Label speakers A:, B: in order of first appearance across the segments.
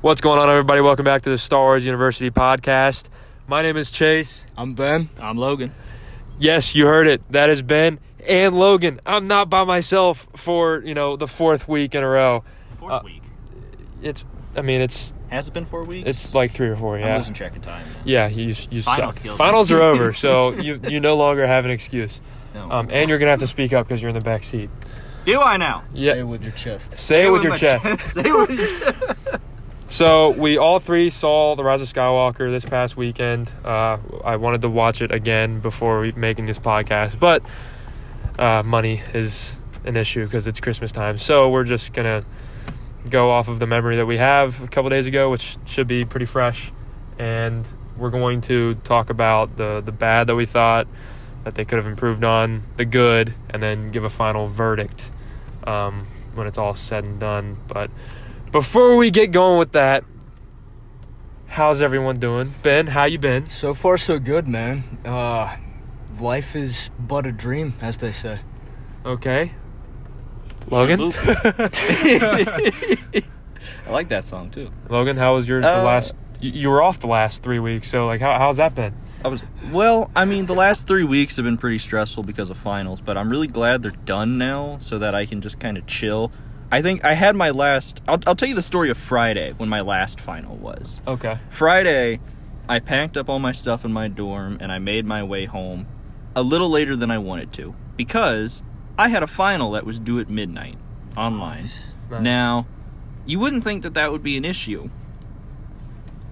A: What's going on, everybody? Welcome back to the Star Wars University podcast. My name is Chase.
B: I'm Ben.
C: I'm Logan.
A: Yes, you heard it. That is Ben and Logan. I'm not by myself for you know the fourth week in a row.
C: Fourth
A: Uh,
C: week.
A: It's, I mean, it's
C: Has it been four weeks?
A: it's like three or four.
C: I'm
A: Yeah,
C: losing track of time.
A: yeah. You you
C: Finals
A: suck.
C: killed me.
A: Finals are over, so you you no longer have an excuse.
C: No.
A: Um, and you're gonna have to speak up because you're in the back seat.
C: Do I now?
A: Yeah,
B: Say it with your chest.
A: say it with your
C: my
A: chest.
C: Say it with your chest.
A: So we all three saw The Rise of Skywalker this past weekend. Uh, I wanted to watch it again before we, making this podcast, but uh, money is an issue because it's Christmas time. So we're just gonna go off of the memory that we have a couple days ago, which should be pretty fresh, and we're going to talk about the the bad that we thought that they could have improved on, the good, and then give a final verdict um, when it's all said and done. But before we get going with that, how's everyone doing? Ben, how you been?
B: So far, so good, man. Uh, life is but a dream, as they say.
A: Okay. Logan,
C: I like that song too.
A: Logan, how was your the
C: Uh,
A: last? You, you were off the last three weeks, so like, how, how's that been?
C: I was
D: Well, I mean, the last three weeks have been pretty stressful because of finals, but I'm really glad they're done now so that I can just kind of chill. I think I had my last. I'll, I'll tell you the story of Friday when my last final was.
A: Okay.
D: Friday, I packed up all my stuff in my dorm and I made my way home a little later than I wanted to because I had a final that was due at midnight online.
A: Nice.
D: Now, you wouldn't think that that would be an issue.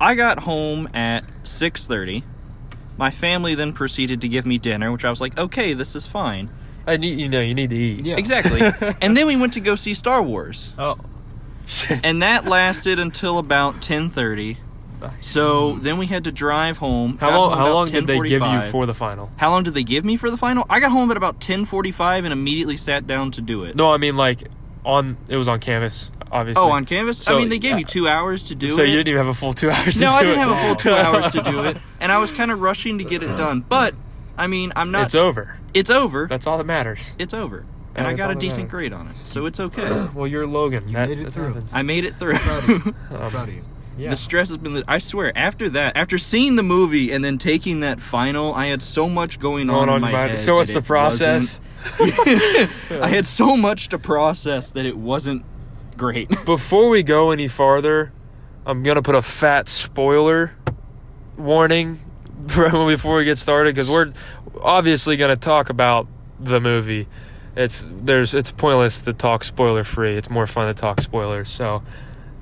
D: I got home at 6:30. My family then proceeded to give me dinner, which I was like, "Okay, this is fine."
A: I need you know you need to eat.
B: Yeah.
D: Exactly. and then we went to go see Star Wars.
A: Oh.
D: And that lasted until about 10:30. So then we had to drive home.
A: How
D: Got
A: long?
D: home
A: How
D: about
A: long did they give you
D: 10:45.
A: for the final?
D: How long did they give me for the final? I got home at about 10:45 and immediately sat down to do it.
A: No, I mean like on it was on canvas, obviously.
D: Oh, on canvas.
A: So,
D: I mean, they gave
A: yeah.
D: me two hours to do
A: So
D: it.
A: you didn't even have a full two hours.
D: no,
A: to
D: I
A: do
D: didn't
A: it.
D: have a full two hours to do it, and I was kind of rushing to get it done. But I mean, I'm not.
A: It's over.
D: It's over.
A: That's all that matters.
D: It's over,
A: Yeah,
D: and I
A: it's
D: got
A: all
D: a
A: that
D: decent
A: matters.
D: grade on it, so it's okay.
A: Well, you're Logan. You that,
B: made it
A: that
B: through.
A: happens.
D: I made it through.
B: Proud of you.
A: Um,
B: Proud of you.
A: yeah.
D: The stress has been. li- I swear, after that, after seeing the movie and then taking that final, I had so much going,
A: Going
D: on,
A: on
D: in my
A: about it.
D: head.
A: So what's
D: that
A: the
D: it
A: process?
D: wasn't- I had so much to process that it wasn't great.
A: before we go any farther, I'm gonna put a fat spoiler warning before we get started because we're obviously gonna talk about the movie. It's there's it's pointless to talk spoiler free. It's more fun to talk spoilers. So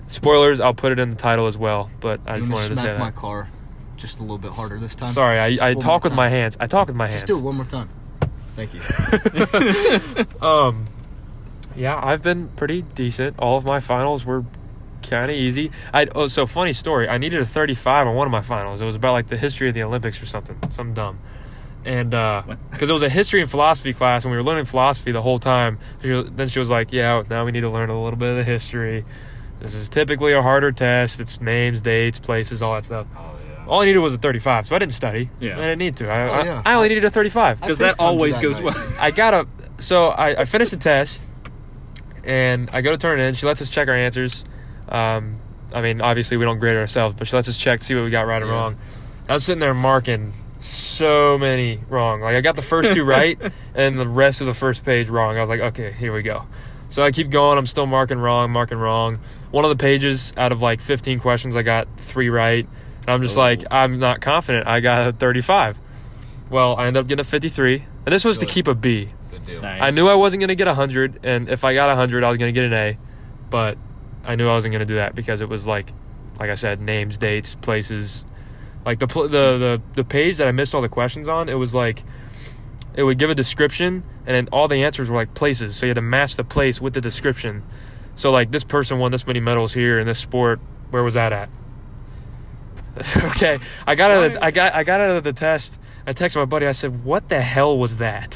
A: spoilers, I'll put it in the title as well. But I just
B: I'm gonna
A: wanted to say
B: smack my
A: that.
B: car just a little bit harder this time.
A: Sorry,
B: Just
A: I, I
B: one
A: talk
B: more
A: with my
B: time.
A: hands. I talk with my
B: Just
A: hands.
B: do it one more time. Thank you.
A: Um, yeah, I've been pretty decent. All of my finals were kind of easy. I oh, so funny story. I needed a 35 on one of my finals. It was about like the history of the Olympics or something, some dumb. And because
D: What?
A: it was a history and philosophy class, and we were learning philosophy the whole time. She was- then she was like, "Yeah, now we need to learn a little bit of the history. This is typically a harder test. It's names, dates, places, all that stuff." All I needed was a 35, so I didn't study.
D: Yeah.
A: I didn't need to. I,
B: Oh,
A: I-
B: yeah.
A: I only needed a 35.
B: I
D: Because that
B: FaceTimed you
D: always
B: that
D: goes
B: night.
D: well.
A: I got a so I, I finished the test and I go to turn it in. She lets us check our answers. Um, I mean, obviously we don't grade ourselves, but she lets us check, see what we got right or
B: Yeah.
A: wrong. I was sitting there marking so many wrong. Like I got the first two right and the rest of the first page wrong. I was like, okay, here we go. So I keep going. I'm still marking wrong, marking wrong. One of the pages out of like 15 questions, I got three right. And I'm just like, I'm not confident. I got a 35. Well, I ended up getting a 53. And this was to
B: Good.
A: keep a B.
D: Nice.
A: I knew I wasn't going to get 100, and if I got 100, I was going to get an A, but I knew I wasn't going to do that because it was like, like I said, names, dates, places. Like the, pl- the, the, the page that I missed all the questions on, it was like, it would give a description, and then all the answers were like places. So you had to match the place with the description. So, like, this person won this many medals here in this sport. Where was that at? okay. I got, out of the, I, got, I got out of the test. I texted my buddy. I said, What the hell was that?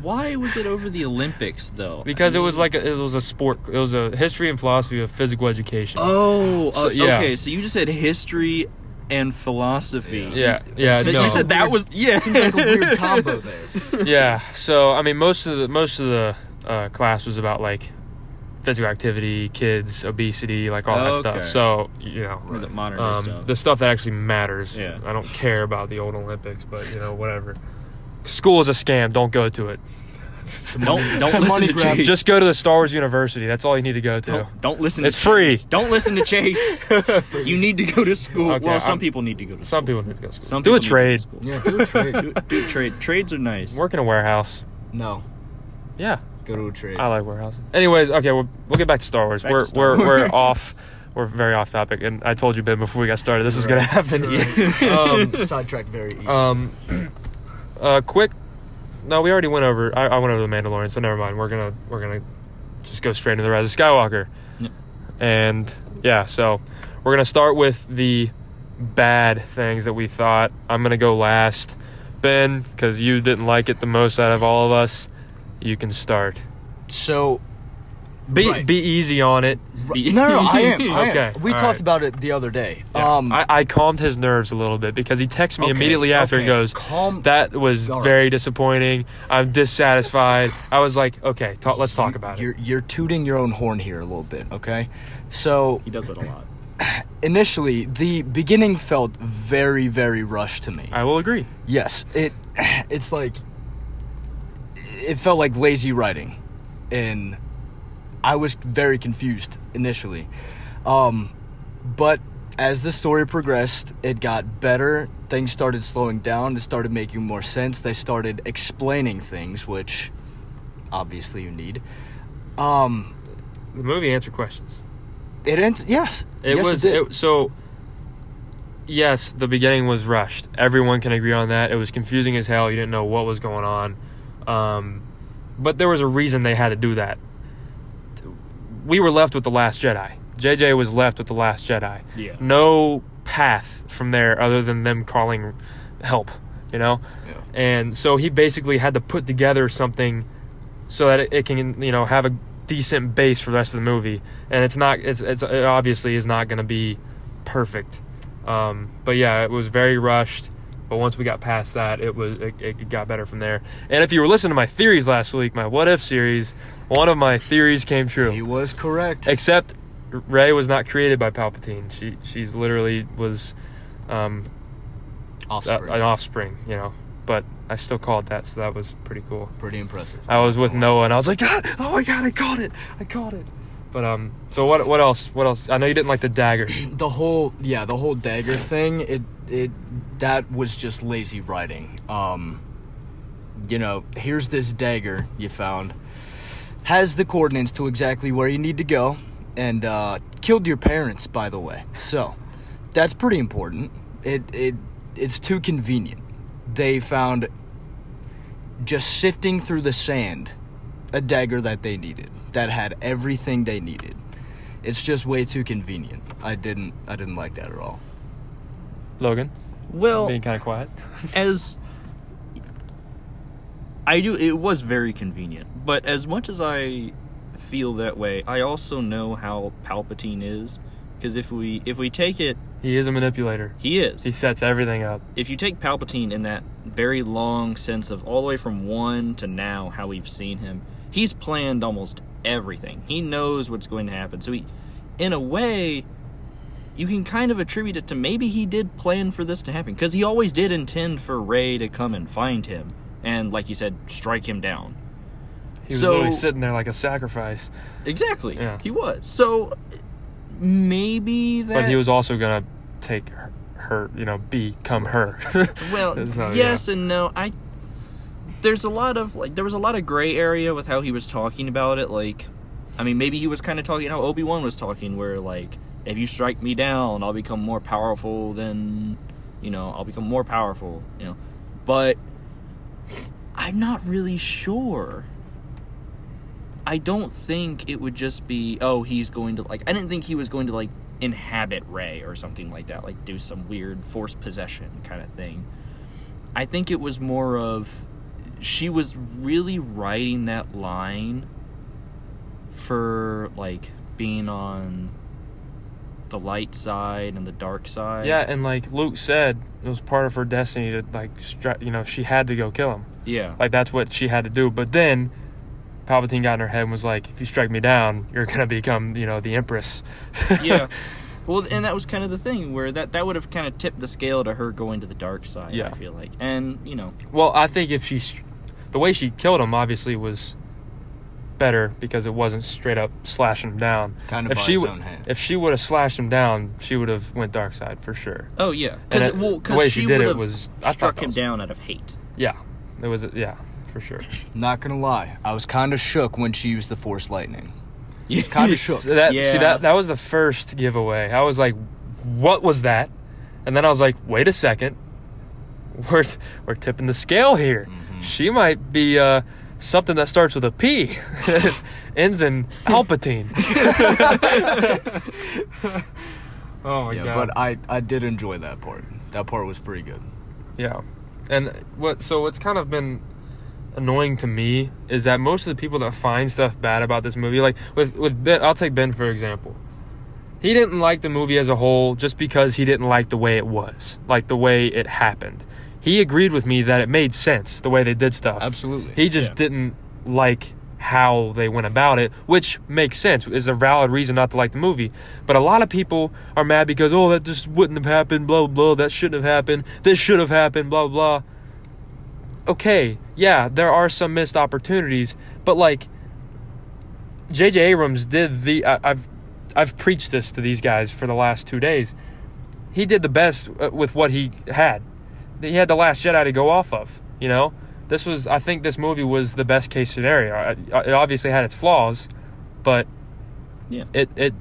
D: Why was it over the Olympics though?
A: because
D: I
A: it was
D: mean-
A: like a, it was a sport. It was a history and philosophy of physical education.
D: Oh, uh,
A: So, yeah.
D: okay. So you just said history and philosophy.
A: yeah, yeah,
D: But
A: no.
D: you said that was yeah.
B: Seems like a weird combo there.
A: yeah. So I mean, most of the most of the uh, class was about like physical activity, kids, obesity, like all that
D: Okay.
A: stuff. So you know,
D: Or the modern day
A: um,
D: stuff.
A: the stuff that actually matters.
D: Yeah.
A: I don't care about the old Olympics, but you know, whatever. School is a scam. Don't go to it.
D: Don't
B: It's a
D: don't listen
B: money
D: to
B: grab.
D: Chase.
A: Just go to the Star Wars University. That's all you need to go to.
D: don't, don't listen.
A: It's
D: to
A: free.
D: Chase. Don't listen to Chase. you need to go to school.
A: Okay,
D: well, some
A: I'm-
D: people need to go to school.
A: Some people need to go to school.
D: Some
A: Do
D: people
A: a
D: need
A: trade.
D: to go to school.
B: Yeah, do a trade.
D: Do, do a trade. Trades are nice.
A: Work in a warehouse.
B: no,
A: Yeah,
B: go to a trade.
A: I like warehouses. Anyways, okay, we'll, we'll get back to Star Wars.
D: Back to
A: we're
D: Star
A: we're we're
D: Wars.
A: off. We're very off topic, and I told you Ben before we got started this was gonna happen.
B: um, sidetracked very easy.
A: Um, uh, quick. No, we already went over. I, I went over the Mandalorian, so never mind. We're gonna we're gonna just go straight into the Rise of Skywalker.
D: Yep.
A: And yeah, so we're gonna start with the bad things that we thought. I'm gonna go last, Ben, because you didn't like it the most out of all of us. You can start.
B: so
A: Be
B: Right.
A: be easy on it.
B: no, no, I am. I am.
A: Okay,
B: We
A: all
B: talked
A: right.
B: about it the other day. Um,
A: I, I calmed his nerves a little bit because he texts me
B: Okay,
A: immediately after
B: okay,
A: and goes,
B: calm-
A: "That was
B: All right.
A: very disappointing. I'm dissatisfied." I was like, "Okay, talk, let's talk about it."
B: you're you're tooting your own horn here a little bit, okay? So
D: He does that a lot.
B: initially, the beginning felt very, very rushed to me.
A: I will agree.
B: Yes, it it's like it felt like lazy writing, and I was very confused initially. Um, but as the story progressed, it got better. Things started slowing down. It started making more sense. They started explaining things, which obviously you need. Um,
A: The movie answered questions.
B: it ends. Yes,
A: It
B: yes,
A: was
B: it did.
A: it- so. Yes, the beginning was rushed. Everyone can agree on that. It was confusing as hell. You didn't know what was going on, um, but there was a reason they had to do that. We were left with the Last Jedi. JJ was left with the Last Jedi.
D: Yeah.
A: no path from there other than them calling help, you know? And so he basically had to put together something so that it, it can, you know, have a decent base for the rest of the movie. And it's not, it's, it's it obviously is not going to be perfect. Um, but yeah, it was very rushed. But once we got past that, it was it, it got better from there. And if you were listening to my theories last week, my what if series, one of my theories came true.
B: He was correct.
A: Except Ray was not created by Palpatine. She she's literally was um, a-
B: Offspring.
A: an offspring, you know. But I still called that, so that was pretty cool.
B: Pretty impressive.
A: I was with Noah, and I was like, God, oh my God, I caught it, I caught it. But um, so what? What else? What else? I know you didn't like the dagger.
B: the whole yeah the whole dagger thing it it that was just lazy writing um you know here's this dagger you found has the coordinates to exactly where you need to go and uh killed your parents by the way so that's pretty important it it it's too convenient they found just sifting through the sand a dagger that they needed that had everything they needed it's just way too convenient. I didn't I didn't like that at all.
A: Logan,
D: Well,
A: being kind of quiet.
D: as I do, it was very convenient. But as much as I feel that way, I also know how Palpatine is. Because if we if we take it,
A: He is a manipulator.
D: he is.
A: He sets everything up.
D: if you take Palpatine in that very long sense of all the way from one to now, how we've seen him, he's planned almost everything. He knows what's going to happen. So he, in a way, you can kind of attribute it to maybe he did plan for this to happen because he always did intend for Rey to come and find him and, like you said, strike him down.
A: He was
D: So-
A: literally sitting there like a sacrifice,
D: Exactly.
A: Yeah.
D: He was. So maybe that.
A: but he was also gonna take her, her you know, become her.
D: Well,
A: So, yeah.
D: yes and no. I there's a lot of like there was a lot of gray area with how he was talking about it. Like, I mean, maybe he was kind of talking how Obi Wan was talking, where like if you strike me down, I'll become more powerful than you know. I'll become more powerful, you know. But I'm not really sure. I don't think it would just be oh he's going to like I didn't think he was going to like inhabit Ray or something like that like do some weird force possession kind of thing. I think it was more of she was really writing that line for like being on the light side and the dark side.
A: Yeah, and like Luke said, it was part of her destiny to like, stra- you know, she had to go kill him.
D: Yeah.
A: Like that's what she had to do. But then Palpatine got in her head and was like, "If you strike me down, you're gonna become, you know, the Empress."
D: yeah.
C: Well, and that was kind of the thing where that that would have kind of tipped the scale to her going to the dark side.
A: Yeah.
C: I feel like, and you know,
A: Well, I think if she, s- the way she killed him, obviously was better because it wasn't straight up slashing him down.
B: Kind of
A: if
B: by
A: she
B: his
A: w-
B: own hand.
A: if she would have slashed him down, she would have went dark side for sure.
C: oh yeah,
A: And
C: because
A: it-
C: well,
A: the way
C: because
A: she
C: she,
A: did
C: would
A: it
C: have
A: was- I thought
C: struck
A: that
C: him
A: was-
C: down out of hate.
A: Yeah, it was yeah for sure.
B: Not gonna lie, I was kind of shook when she used the Force lightning. Kind of shook.
A: So that see
C: Yeah.
A: that that was the first giveaway. I was like, what was that? And then I was like, wait a second, we're we're tipping the scale here.
B: Mm-hmm.
A: She might be uh, something that starts with a P, ends in Palpatine. oh my
B: yeah,
A: god!
B: but I I did enjoy that part. That part was pretty good.
A: Yeah. And what so what's kind of been annoying to me is that most of the people that find stuff bad about this movie, like with with Ben, I'll take Ben for example. He didn't like the movie as a whole just because he didn't like the way it was, like the way it happened. He agreed with me that it made sense the way they did stuff.
B: Absolutely.
A: He just
C: Yeah.
A: didn't like how they went about it, which makes sense. Is a valid reason not to like the movie. But a lot of people are mad because oh, that just wouldn't have happened. Blah blah. That shouldn't have happened. This should have happened. Blah blah. Okay, yeah, there are some missed opportunities, but like J.J. Abrams did the I, I've I've preached this to these guys for the last two days. He did the best uh, with what he had. He had the Last Jedi to go off of. You know, this was I think this movie was the best case scenario. I- I- It obviously had its flaws, but
C: Yeah.
A: it it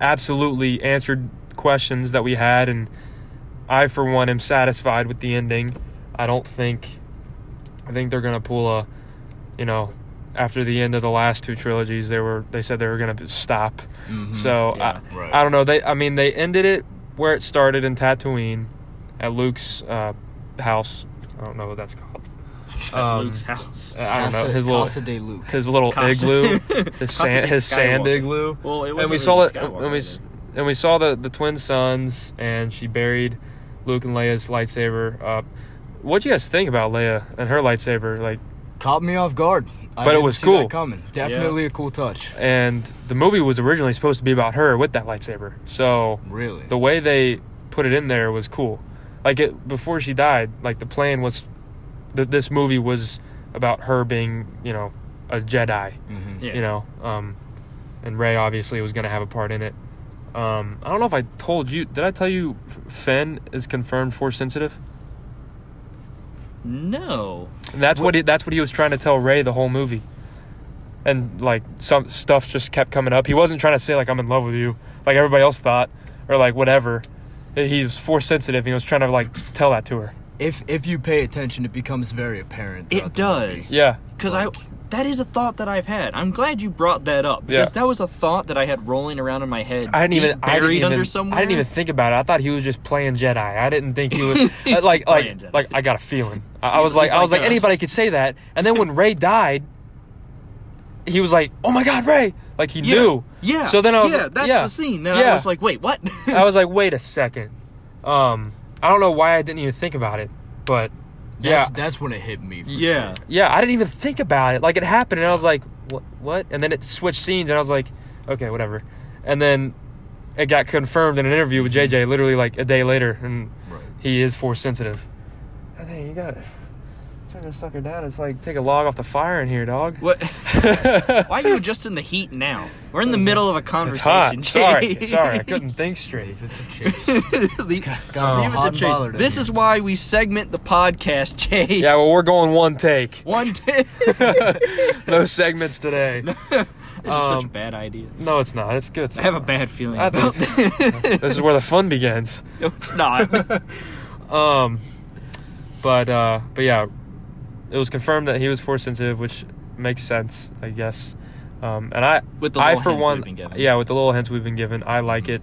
A: absolutely answered questions that we had, and I for one am satisfied with the ending. I don't think I think they're gonna pull a you know after the end of the last two trilogies they were they said they were gonna stop.
B: Mhm.
A: So
C: Yeah,
A: I,
B: right.
A: I don't know. They I mean they ended it where it started in Tatooine at Luke's uh, house. I don't know what that's called. Um,
C: Luke's house.
A: I don't know
B: Casa-
A: his little
B: Casa de Luke.
A: his little
C: Casa-
A: igloo, his
C: Casa
A: sand
C: de
A: his sand
C: Skywalker.
A: igloo.
C: Well, it wasn't
A: and we
C: really
A: saw
C: the
A: that and we s- and we saw the the twin sons and she buried Luke and Leia's lightsaber up. What do you guys think about Leia and her lightsaber? Like,
B: Caught me off guard. I
A: But it
B: didn't
A: was
B: see that
A: cool.
B: coming. Definitely a cool touch.
A: and the movie was originally supposed to be about her with that lightsaber. So
B: Really.
A: the way they put it in there was cool. Like it before she died, like the plan was that this movie was about her being, you know, a Jedi,
B: Mhm.
C: Yeah.
A: you know, um, and Ray obviously was going to have a part in it. Um, I don't know if I told you. Did I tell you F- Finn is confirmed force sensitive?
C: No.
A: And that's what, he, that's what he was trying to tell Ray the whole movie. And like some stuff just kept coming up. He wasn't trying to say like I'm in love with you, like everybody else thought, or like whatever. He was force sensitive. He was trying to like s- tell that to her.
B: If if you pay attention, it becomes very apparent.
C: It
B: throughout the movie.
C: does.
A: Yeah,
C: Because I. That is a thought that I've had. I'm glad you brought that up because
A: Yeah.
C: that was a thought that I had rolling around in my head.
A: I didn't
C: deep
A: even I
C: buried
A: didn't even,
C: under somewhere.
A: I didn't even think about it. I thought he was just playing Jedi. I didn't think he was I- like
C: playing
A: like
C: Jedi.
A: like I got a feeling. I, I
C: He's-
A: was like
C: he's
A: I was
C: like
A: like, anybody
C: us.
A: could say that. And then when Ray died, he was like, "Oh my God, Ray!" Like he
C: Yeah.
A: knew.
C: Yeah.
A: So then I was
C: yeah,
A: like-
C: that's
A: yeah.
C: the scene. Then
A: Yeah. Uh,
C: I was like, hmm. wait, what?
A: I was like, wait a second. Um, I don't know why I didn't even think about it, but
B: That's,
A: yeah,
B: that's when it hit me. for
C: yeah.
A: yeah, I didn't even think about it. Like it happened, and I was like, what? What? And then it switched scenes, and I was like, okay, whatever. And then it got confirmed in an interview with
C: Mm-hmm.
A: JJ, literally like a day later, and
B: sure. Right.
A: he is force sensitive. I think you got to turn this sucker down. It's like take a log off the fire in here, dog.
C: What? Why are you just in the heat now? We're in the middle of a
A: It's
C: conversation.
A: hot. Sorry,
C: Jay.
A: sorry, I couldn't think straight.
B: If it's a chase,
C: Leave-
B: gotta be
A: Leave it to
B: hot and
C: Chase,
B: bothered in
C: this
B: here.
C: is why we segment the podcast, Chase.
A: Yeah, well, we're going one take.
C: one day. this
A: No segments today.
C: is such a
A: Um,
C: bad idea.
A: No, it's not. It's good.
C: I have a bad feeling.
A: I
C: About
A: think
C: this.
A: this is where the fun begins.
C: no, it's not.
A: Um, but uh, but yeah, it was confirmed that he was force sensitive, which makes sense, I guess. Um, and I,
C: With the
A: I
C: little
A: for
C: hints
A: one,
C: we've been given.
A: yeah, with the little hints we've been given, I like it.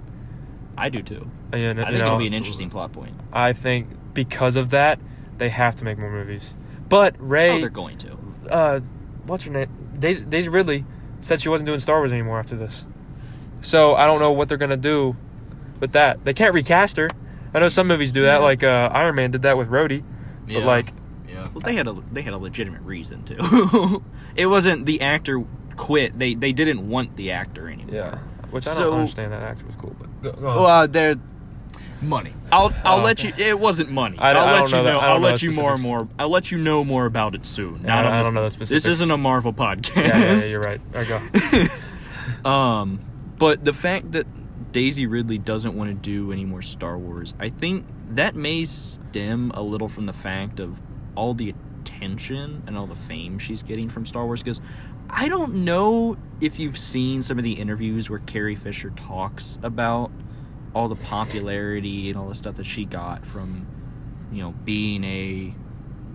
C: I do too.
A: And, you
C: I think
A: know,
C: it'll be an interesting plot point.
A: I think because of that, they have to make more movies. But
C: Oh,
A: Ray,
C: they're going to.
A: uh, what's her name? Daisy, Daisy Ridley said she wasn't doing Star Wars anymore after this. So I don't know what they're gonna do with that. They can't recast her. I know some movies do that, like uh, Iron Man did that with Rhodey. But
B: Yeah.
A: like,
B: yeah.
D: Well, they had a they had a legitimate reason to. it wasn't the actor quit. They they didn't want the actor anymore.
A: Yeah. Which I
D: So-
A: don't understand. That actor was cool, but go, go on.
D: Well, uh, they're
B: Money.
D: I'll I'll
A: Oh,
D: let you. It wasn't money.
A: I don't-
D: will
A: I
D: let
A: don't
D: you
A: know
D: know.
A: that- I don't
D: I'll
A: know
D: let
A: the
D: you more and
A: specifics.
D: more. I'll let you know more about it soon.
A: Yeah, I
D: Not
A: don't-
D: on
A: I
D: this,
A: don't know the
D: This
A: specifics.
D: isn't a Marvel podcast.
A: yeah, yeah, yeah, you're right. I go.
D: Um, but the fact that Daisy Ridley doesn't want to do any more Star Wars, I think that may stem a little from the fact of all the attention and all the fame she's getting from Star Wars. Because I don't know if you've seen some of the interviews where Carrie Fisher talks about all the popularity and all the stuff that she got from, you know, being a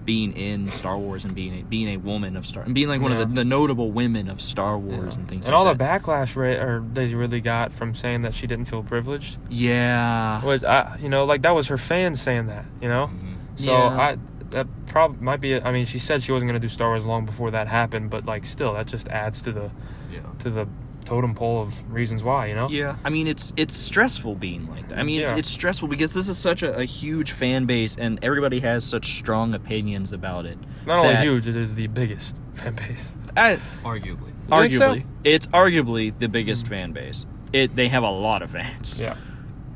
D: being in Star Wars and being a being a woman of Star and being like one
A: Yeah.
D: of the, the notable women of Star Wars and things
A: and
D: like
A: all
D: that.
A: the backlash ra- or Daisy Ridley got from saying that she didn't feel privileged,
D: Yeah.
A: which I, you know, like that was her fans saying that, you know.
D: Mm-hmm.
B: Mm-hmm.
A: So
D: Yeah.
A: I that prob might be. I mean, she said she wasn't gonna do Star Wars long before that happened, but like still, that just adds to the
B: Yeah.
A: to the totem pole of reasons why, you know.
D: Yeah. I mean, it's it's stressful being like that. I mean,
A: Yeah.
D: it's stressful because this is such a, a huge fan base, and everybody has such strong opinions about it.
A: Not only
D: that-
A: huge, it is the biggest fan base.
D: I,
B: Arguably.
A: You think so?
D: arguably, it's arguably the biggest fan base. It they have a lot of fans.
A: Yeah.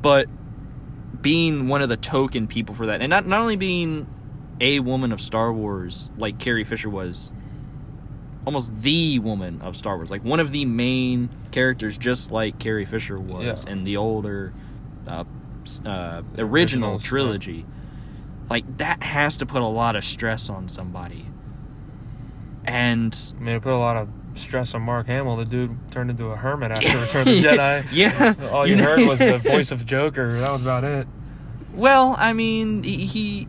D: But being one of the token people for that, and not not only being a woman of Star Wars like Carrie Fisher was. Almost the woman of Star Wars, like one of the main characters, just like Carrie Fisher was
A: Yeah.
D: in the older uh, s- uh,
A: originals,
D: original
A: yeah.
D: trilogy. Like that has to put a lot of stress on somebody. And
A: I mean, it put a lot of stress on Mark Hamill. The dude turned into a hermit after Return of the Jedi.
D: yeah,
A: So all you
D: know-
A: heard was the voice of Joker. That was about it.
D: Well, I mean, he, he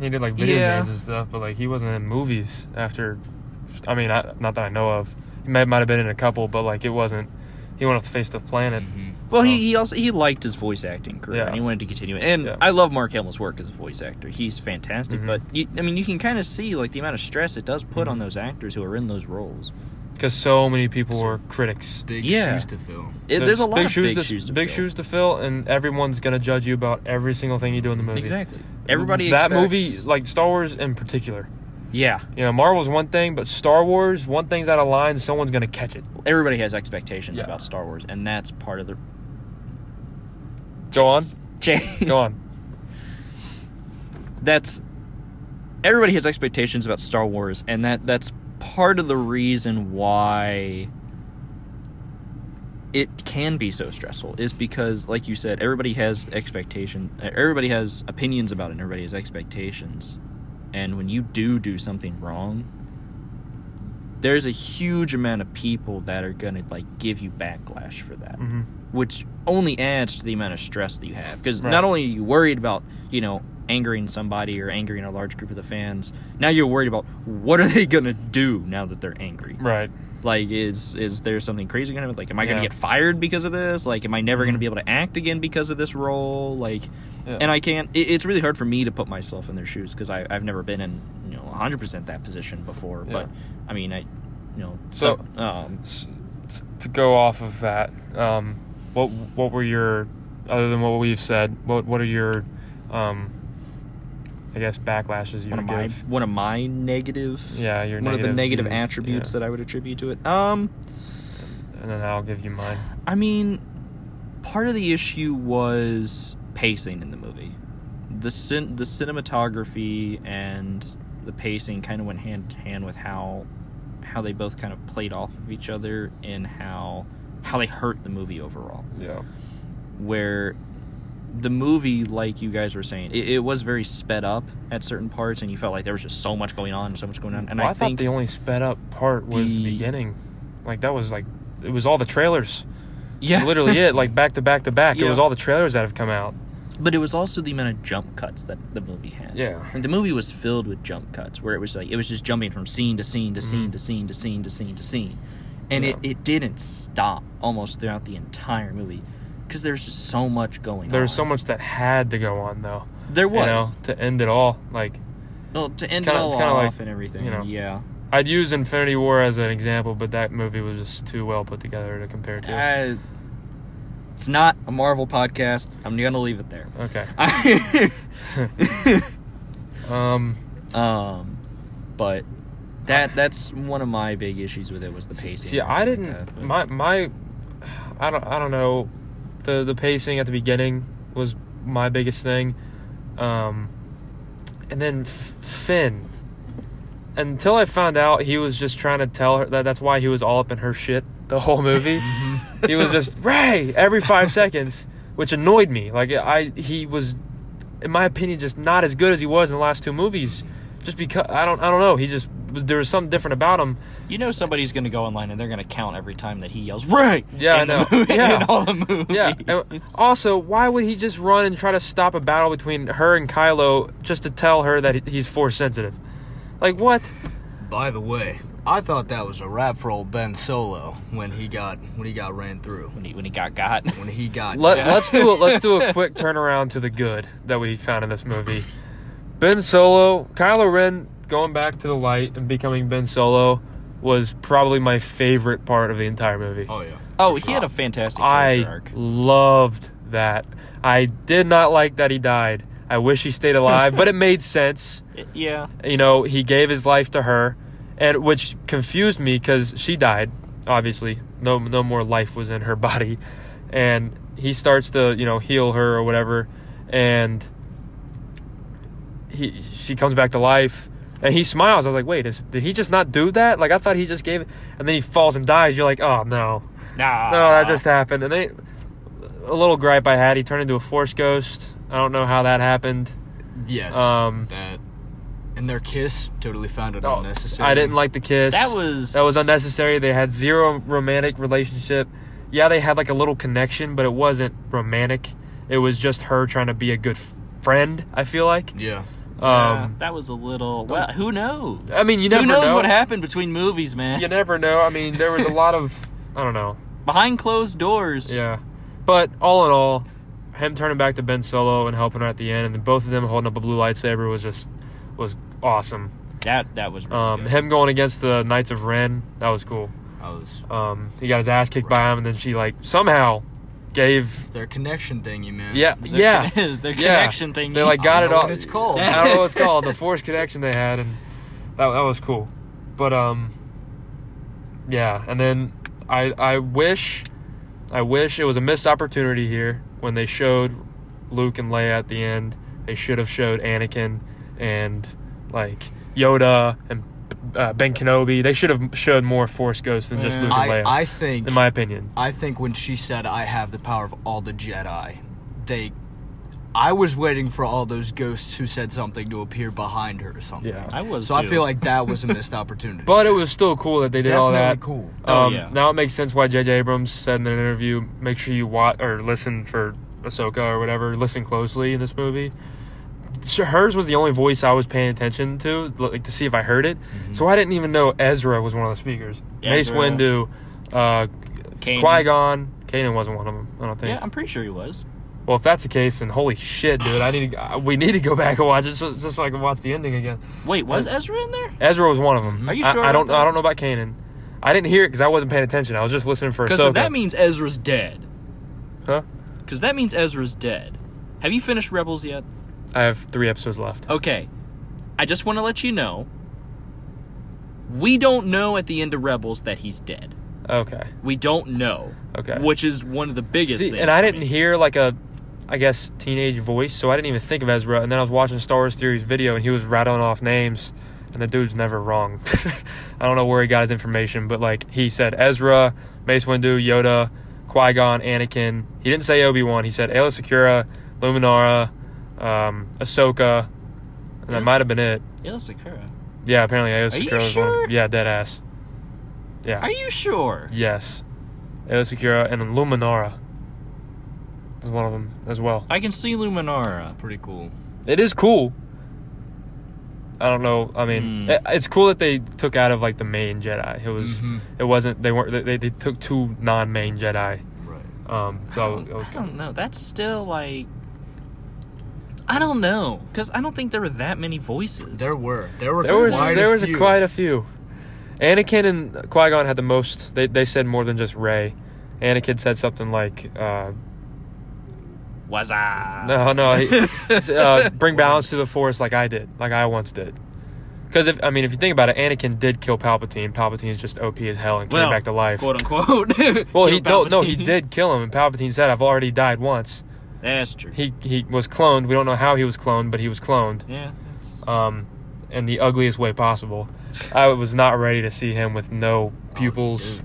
A: He did like video
D: Yeah.
A: games and stuff, but like he wasn't in movies after. I mean, I, not that I know of. He might might have been in a couple, but like it wasn't. He went off the face of the planet.
D: Mm-hmm. well,
A: So-
D: he, he also he liked his voice acting career
A: Um, Yeah.
D: and he wanted to continue it. And
A: Yeah.
D: I love Mark Hamill's work as a voice actor. He's fantastic,
A: Mhm.
D: but you, I mean, you can kind of see like the amount of stress it does put on
A: Mm-hmm.
D: those actors who are in those roles.
A: because so many people were critics.
B: Big
D: Yeah.
B: shoes to fill.
D: It- there's a lot
A: big
D: of
A: shoes
D: big
A: to,
D: shoes to
A: big
D: fill.
A: shoes to fill, and everyone's gonna judge you about every single thing you do in the movie.
D: Exactly. Everybody
A: that
D: expects-
A: movie, like Star Wars in particular.
D: yeah,
A: You know, Marvel's one thing, but Star Wars, one thing's out of line, someone's gonna catch it.
D: everybody has expectations
A: Yeah.
D: about Star Wars, and that's part of the
A: Go on,
D: change.
A: go on.
D: that's everybody has expectations about Star Wars, and that that's part of the reason why it can be so stressful is because like you said everybody has expectation everybody has opinions about it and everybody has expectations and when you do do something wrong there's a huge amount of people that are gonna like give you backlash for that
A: Mhm.
D: which only adds to the amount of stress that you have because
A: Right.
D: not only are you worried about you know angering somebody or angering a large group of the fans now you're worried about what are they gonna do now that they're angry
A: Right.
D: like is is there something crazy gonna happen like am i
A: Yeah. Mm-hmm.
D: gonna get fired because of this like am i never gonna be able to act again because of this role like
A: Yeah.
D: and i can't it, it's really hard for me to put myself in their shoes because i've never been in you know 100% that position before
A: Yeah.
D: but i mean i you know
A: So-
D: so, um
A: S- t- to go off of that, um, what what were your other than what we've said? What what are your, um, I guess backlashes you
D: one
A: would
D: of my
A: give?
D: one of my negative
A: yeah, your
D: one of the negative
A: views,
D: attributes
A: yeah.
D: that i would attribute to it um
A: and then I'll give you mine.
D: I mean, part of the issue was pacing in the movie. The cin- the cinematography and the pacing kind of went hand in hand with how how they both kind of played off of each other and how how they hurt the movie overall.
A: Yeah,
D: Where the movie, like you guys were saying, it, it was very sped up at certain parts, and you felt like there was just so much going on and so much going on. And
A: well, I,
D: I,
A: thought
D: think
A: the only sped up part was the,
D: the-
A: beginning, like that was like it was all the trailers,
D: yeah,
A: literally it, like back to back to back. It
D: Yeah.
A: was all the trailers that have come out.
D: But it was also the amount of jump cuts that the movie had.
A: Yeah.
D: And the movie was filled with jump cuts where it was like it was just jumping from scene to scene to
A: Mm-hmm.
D: scene to scene to scene to scene to scene. And it, it didn't stop almost throughout the entire movie because there's just so much going on.
A: There was so much that had to go on though,
D: There
A: you know,
D: was.
A: to end it all. Like
D: Well, to end
A: kinda-
D: it all
A: it's kinda
D: off
A: like,
D: and everything.
A: you know.
D: yeah.
A: I'd use Infinity War as an example, but that movie was just too well put together to compare to.
D: I, it's not a Marvel podcast. I'm going to leave it there.
A: okay. Um,
D: um, But that that's one of my big issues with it was the pacing.
A: See,
D: and
A: I
D: things
A: didn't.
D: like that, but-
A: my my, I don't. I don't know. The the pacing at the beginning was my biggest thing, um, and then F- Finn. Until I found out he was just trying to tell her that that's why he was all up in her shit the whole movie.
D: Mm-hmm.
A: he was just Ray every five seconds, which annoyed me. Like I, he was, in my opinion, just not as good as he was in the last two movies. Just because I don't, I don't know. He just there was something different about him.
D: You know somebody's going to go online and they're going to count every time that he yells right.
A: Yeah,
D: in
A: I
D: the
A: know.
D: movie-
A: Yeah.
D: in all the movies.
A: Yeah. and also, why would he just run and try to stop a battle between her and Kylo just to tell her that he- he's force sensitive? Like what?
B: By the way, I thought that was a wrap for old Ben Solo when he got when he got ran through
D: when he when he got got.
B: when he got.
A: Let, Let's do a, let's do a quick turnaround to the good that we found in this movie. Ben Solo, Kylo Ren going back to the light and becoming Ben Solo was probably my favorite part of the entire movie.
B: oh yeah.
D: Oh, he had a fantastic character
A: I
D: arc.
A: loved that. I did not like that he died. I wish he stayed alive, but it made sense.
D: Yeah.
A: you know he gave his life to her and which confused me because she died obviously no no more life was in her body and he starts to you know heal her or whatever and he she comes back to life and he smiles i was like wait is, did he just not do that like i thought he just gave it and then he falls and dies you're like oh no
D: Nah.
A: no, that just happened. And they, a little gripe I had, he turned into a force ghost. I don't know how that happened.
B: Yes.
A: Um, Oh,
B: that. And their kiss totally found it unnecessary.
A: I didn't like the kiss.
D: That was
A: That was unnecessary. They had zero romantic relationship. Yeah, they had like a little connection, but it wasn't romantic. It was just her trying to be a good f- friend. I feel like.
B: Yeah.
D: Yeah,
A: Um,
D: that was a little. Well, who knows?
A: I mean, you never
D: Who knows
A: know.
D: what happened between movies, man?
A: You never know. I mean, there was a lot of I don't know.
D: Behind closed doors.
A: Yeah, but all in all, him turning back to Ben Solo and helping her at the end, and then both of them holding up a blue lightsaber was just was awesome.
D: That that was. Really
A: Um,
D: good.
A: him going against the Knights of Ren, that was cool.
B: I was.
A: Um, he got his ass kicked by him, and then she like somehow gave
B: It's their connection thingy, man.
A: yeah
D: Is there
A: yeah
D: con- is there
A: yeah.
D: connection thing.
A: They like
B: I
A: got
B: don't
A: it
B: know
A: all.
B: what it's called.
A: I don't know what it's called. The force connection they had, and that that was cool. But um, yeah. And then I I wish I wish it was a missed opportunity here when they showed Luke and Leia at the end. They should have showed Anakin and like Yoda and uh, Ben Kenobi. They should have showed more Force ghosts than just
D: Yeah.
A: Luke and
B: I,
A: Leia.
B: I think
A: in my opinion.
B: I think when she said I have the power of all the Jedi, they I was waiting for all those ghosts who said something to appear behind her or something.
A: Yeah.
D: I was.
B: So I
D: too.
B: feel like that was a missed opportunity.
A: But it was still cool that they did all
B: Definitely
A: that.
B: cool.
D: Oh,
A: Um,
D: yeah.
A: Now it makes sense why J.J. Abrams said in an interview, make sure you watch or listen for Ahsoka or whatever, listen closely in this movie. Sh- Hers was the only voice I was paying attention to, like to see if I heard it. So I didn't even know Ezra was one of the speakers. Mace
D: Mm-hmm. Ezra.
A: Windu, uh,
D: Kanan.
A: Qui Gon, Kanan wasn't one of them. I don't think.
D: Yeah, I'm pretty sure he was.
A: Well, if that's the case, then holy shit, dude! I need to. I- We need to go back and watch it so, just so I can watch the ending again.
D: Wait, was Ezra in there?
A: Ezra was one of them.
D: Are you
A: I-
D: sure
A: I,
D: about
A: don't.
D: that?
A: I don't know about Kanan. I didn't hear it because I wasn't paying attention. I was just listening for
D: Because
A: Ahsoka.
D: that means Ezra's dead.
A: huh?
D: Because that means Ezra's dead. Have you finished Rebels yet?
A: I have three episodes left.
D: Okay. I just want to let you know. We don't know at the end of Rebels that he's dead.
A: Okay.
D: We don't know.
A: Okay.
D: Which is one of the biggest
A: See,
D: things.
A: and I
D: for
A: didn't
D: me.
A: hear like a, I guess teenage voice, so I didn't even think of Ezra. And then I was watching Star Wars Theory's video, and he was rattling off names, and the dude's never wrong. I don't know where he got his information, but like he said Ezra, Mace Windu, Yoda, Qui Gon, Anakin. He didn't say Obi Wan. He said Aayla Secura, Luminara, um, Ahsoka, and that
D: Yes.
A: might have been it.
D: Yeah, Sakura.
A: Yeah, apparently Ayo
D: Are you
A: Secura was one.
D: sure?
A: Of, yeah, dead ass. Yeah.
D: Are you sure?
A: yes. Ayo Secura and then Luminara is one of them as well.
D: I can see Luminara.
B: pretty cool.
A: It is cool. I don't know. I mean,
D: Hmm.
A: it, it's cool that they took out of like the main Jedi. It was.
D: Mm-hmm.
B: Mhm.
A: It wasn't. They weren't. They, they took two non-main Jedi.
B: Right.
A: Um.
D: I
A: So.
D: don't,
A: it was
D: I don't know. That's still like. I don't know. Because I don't think there were that many voices.
B: There were there were
A: There was
B: quite
A: there
B: a
A: was
B: few.
A: a quite a few. Anakin and Qui Gon had the most. They they said more than just Ray. Anakin said something like. Uh,
D: was I.
A: No, no. He, uh, bring balance to the force like I did, like I once did. Because if I mean, if you think about it, Anakin did kill Palpatine. Palpatine is just OP as hell and came
C: Well,
A: back to life.
C: quote unquote.
A: well,
C: Kill
A: he no, no, he
C: Palpatine.
A: did kill him, and Palpatine said, "I've already died once."
D: That's true.
A: He he was cloned. We don't know how he was cloned, but he was cloned,
D: Yeah. that's-
A: um, in the ugliest way possible. I was not ready to see him with no
C: Oh,
A: pupils,
B: dude.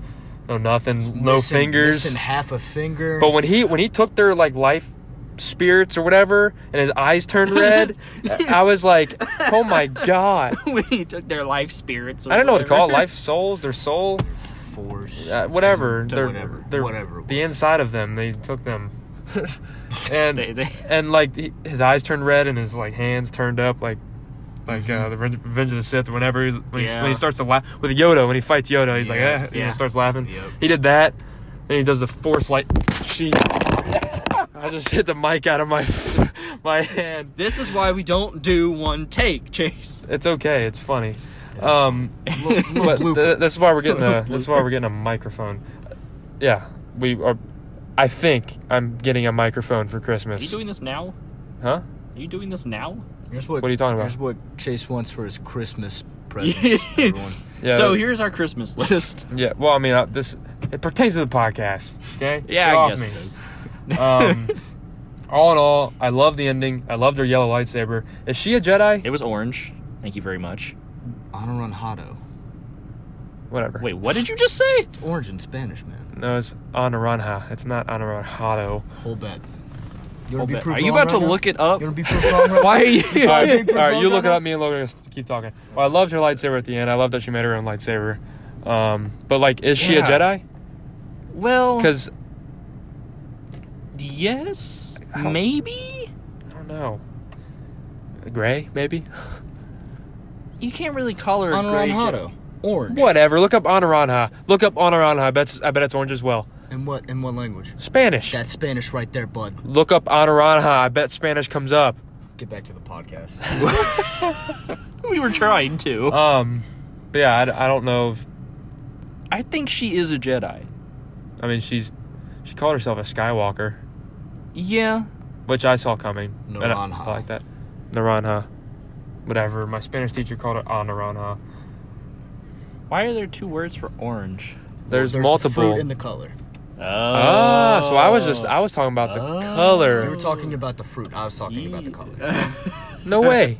A: no nothing, no
B: Missing-
A: fingers.
B: missing half a finger.
A: But when he when he took their like life spirits or whatever, and his eyes turned red, I was like, "Oh my god!"
C: when he took their life spirits. or
A: I don't know what to
C: whatever.
A: call it. Life souls, their soul,
B: force,
A: uh, whatever.
B: to
A: Their,
B: Mm-hmm. whatever,
A: their-
B: whatever it
A: The
B: was.
A: inside of them, they took them, and
C: They, they,
A: and like he, his eyes turned red and his like hands turned up like. Like
B: Mm-hmm.
A: uh, the Revenge Revenge of the Sith, whenever he's, when, he, when
C: Yeah.
A: he starts to laugh with Yoda, when he fights Yoda, he's like,
B: Yeah,
A: eh, you know,
C: yeah.
A: starts laughing.
B: Yep.
A: He did that, then he does the Force light. She, I just hit the mic out of my my hand.
C: this is why we don't do one take, Chase.
A: It's okay. It's funny. Um,
B: Little-
A: but
B: little
A: th- that's why we're getting a that's why we're getting a microphone. Yeah, we are. I think I'm getting a microphone for
C: Are you
A: Christmas.
C: doing this now?
A: Huh?
C: Are you doing this now?
B: Here's
A: What are you talking about?
B: Here's what Chase wants for his Christmas presents. everyone.
A: Yeah.
C: so
A: that-
C: here's our Christmas list.
A: yeah. Well, I mean, uh, this it pertains to the podcast. Okay. Get
D: Yeah, I
A: off
D: guess
A: me.
D: it is.
A: Um, all in all, I love the ending. I loved her yellow lightsaber. Is she a Jedi?
D: It was orange. Thank you very much.
B: Honoran Hato.
A: Whatever.
D: Wait, what did you just say?
B: It's orange in Spanish, man.
A: No, it's Anaranha. It's not Anaranjado.
B: Hold that. You
D: Hold
B: wanna be
D: that.
B: proved
D: Are you
B: wrong
D: about to
B: right now?
D: look it up?
B: You wanna be proved wrong right
D: Why are
B: now?
D: you?
A: all right, all right, you
B: Logan?
A: look it up. Me and Logan just keep talking. Well, I loved her lightsaber at the end. I love that she made her own lightsaber. Um, but like, is she
D: Yeah.
A: a Jedi?
D: Well,
A: Because
D: yes,
A: I don't-
D: maybe.
A: I don't know. Gray, maybe.
D: You can't really call her a
B: Honoran
D: gray
B: Hato. Orange.
A: Whatever. Look up Anaranha. Look up Anaranha. I bet. I bet it's orange as well.
B: In what in what language?
A: Spanish.
B: That's Spanish right there, bud.
A: Look up Anaranha. I bet Spanish comes up.
B: Get back to the podcast.
D: Jedi. We were trying to.
A: Um, but yeah, I, I don't know. If,
D: I think she is a Jedi.
A: I mean, she's she called herself a Skywalker,
D: Yeah.
A: which I saw coming. And I- I,
B: Naranha.
A: like that. Naranja. Whatever. My Spanish teacher called it Anaranha.
D: Why are there two words for orange?
A: There's,
B: the
A: multiple.
B: fruit in the color.
D: Oh.
A: Ah, so I was just I was talking about the
D: Oh.
B: We were
A: color.
B: talking about the fruit. I was talking about the color.
A: No way.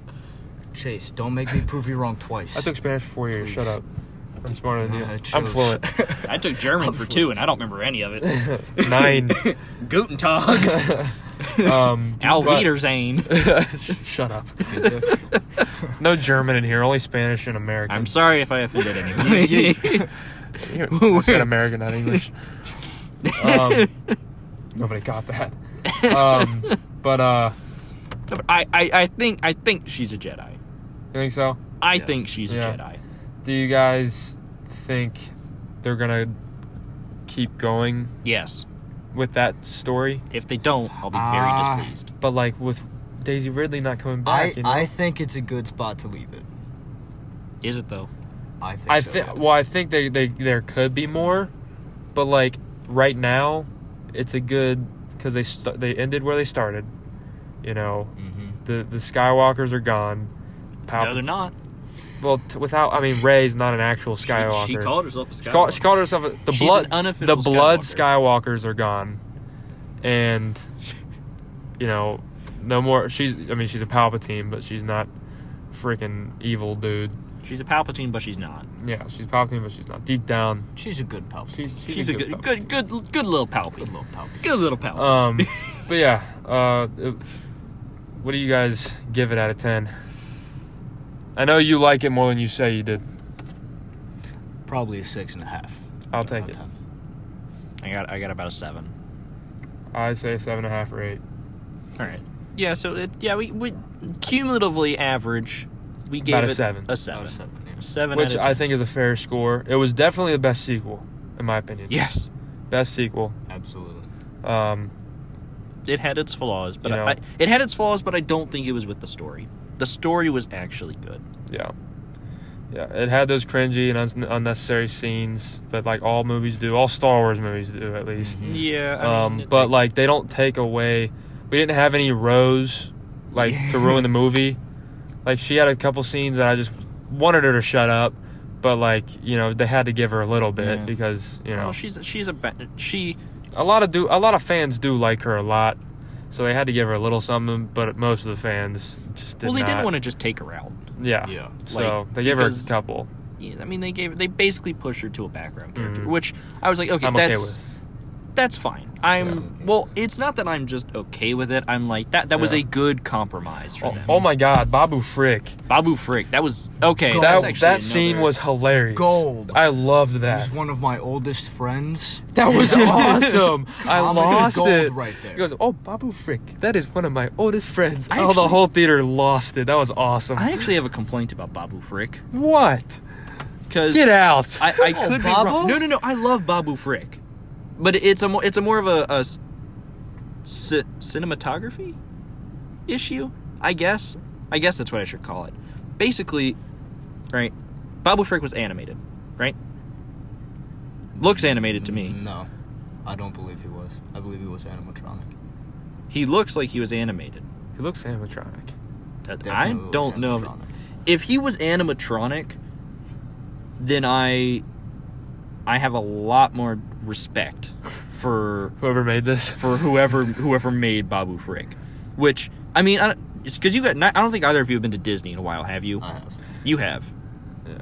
B: Chase, don't make me prove you wrong twice.
A: I took Spanish for four years.
B: Please.
A: Shut up. I'm smarter than you.
B: Nah, I
A: I'm
B: chose-
A: fluent.
C: I took German for two, and I don't remember any of it.
A: Nine.
C: Guten Tag,
A: Um,
D: Al
A: but-
D: Wiedersehen.
A: Shut up. No German in here. Only Spanish and American.
D: I'm sorry if I offended anybody.
A: You- I said American, not English. Um, nobody got that. Um, but uh,
D: No, but I, I, I think I think she's a Jedi.
A: you think so?
D: I
B: Yeah.
D: think she's a
A: Yeah.
D: Jedi.
A: Do you guys think they're gonna keep going
D: Yes.
A: with that story?
D: If they don't, I'll be very
B: Ah.
D: displeased.
A: But like with Daisy Ridley not coming back,
B: I,
A: you know?
B: I think it's a good spot to leave it.
D: Is it though?
B: I think.
A: I
B: so,
A: think
B: yes.
A: well, I think they, they there could be more, but like right now, it's a good because they st- they ended where they started. You know,
B: Mhm.
A: the the Skywalkers are gone.
D: No, they're
A: Palp-
D: not.
A: well, t- without I mean, Ray's not an actual Skywalker.
C: She, she called herself a
A: She called,
C: Skywalker.
A: she called herself a- the
D: She's
A: blood
D: an unofficial
A: the blood
D: Skywalker.
A: Skywalkers are gone, and you know, no more. She's I mean, she's a Palpatine, but she's not freaking evil dude.
D: She's a Palpatine, but she's not.
A: Yeah, she's Palpatine, but she's not. Deep down,
B: She's a good pup.
A: She's, she's,
D: She's a good, good, good, good little
B: good
D: Palpatine.
B: little pup.
D: Good little Palpatine.
A: Um, but yeah, uh, it- what do you guys give it out of ten? I know you like it more than you say you did.
B: Probably a six and a half.
A: I'll take it.
B: About
D: I got, I got about a seven.
A: I'd say seven and a half or eight.
D: All right. Yeah. So it, yeah, we, we cumulatively average. We gave
A: About a
D: it
A: seven.
D: A
B: ten.
D: seven.
B: About a seven, yeah.
D: Seven.
A: which
D: out of
A: I
D: 10.
A: think is a fair score. It was definitely the best sequel, in my opinion.
D: Yes,
A: Best sequel.
B: Absolutely.
A: Um,
D: it had its flaws, but
A: You know.
D: I, it had its flaws, but I don't think it was with the story. The story was actually good.
A: yeah, yeah. It had those cringy and un- unnecessary scenes that like all movies do, all Star Wars movies do at
D: Mm-hmm.
A: least.
B: Mhm.
D: Yeah.
A: Um, but like they don't take away. We didn't have any Rose like to ruin the movie. Like she had a couple scenes that I just wanted her to shut up, but like you know they had to give her a little bit
D: Yeah. Oh,
A: because you know
D: Well, she's she's a ba- she.
A: a lot of do a lot of fans do like her a lot, so they had to give her a little something. But most of the fans just did
D: well, they
A: not.
D: didn't want to just take her out.
A: Yeah.
B: Yeah.
A: So
D: Like,
A: they gave her a
D: because-
A: couple.
D: Yeah, I mean, they gave they basically pushed her to a background character, which I was like, okay,
A: Mm. I'm okay
D: that's
A: with.
D: that's fine. I'm well, it's not that I'm just okay with it. I'm like that. That was
A: Yeah.
D: a good compromise for
A: Oh,
D: them.
A: oh my God, Babu Frick!
D: Babu Frick, that was okay.
B: That-
D: that's
A: That
B: actually
A: that scene
B: another-
A: was hilarious.
B: Gold.
A: I loved that.
B: He's one of my oldest friends.
A: That was awesome. I
B: Comedy
A: lost
B: gold
A: it.
B: right there.
A: He goes, "Oh, Babu Frick, that is one of my oldest friends."
D: I
A: oh, the
D: actually-
A: whole theater lost it. That was awesome.
D: I actually have a complaint about Babu Frick
A: what?
D: because
A: Get out!
D: I, I could be
B: Babu?
D: wrong. No, no, no. I love Babu Frick, but it's a mo- it's a more of a, a s- ci- cinematography issue, I guess. I guess that's what I should call it. Basically, right? Babu Frick was animated, right? Looks animated to me.
B: Mm, No, I don't believe he was. I believe he was animatronic.
D: He looks like he was animated.
A: he looks animatronic.
D: That- I
B: Definitely was
D: don't know.
B: animatronic.
D: If he was animatronic, then I I have a lot more respect for
A: Whoever made this.
D: for whoever whoever made Babu Frick. Which I mean, I because you got. not- I don't think either of you have been to Disney in a while, have you?
B: I have.
D: you have.
A: Yeah.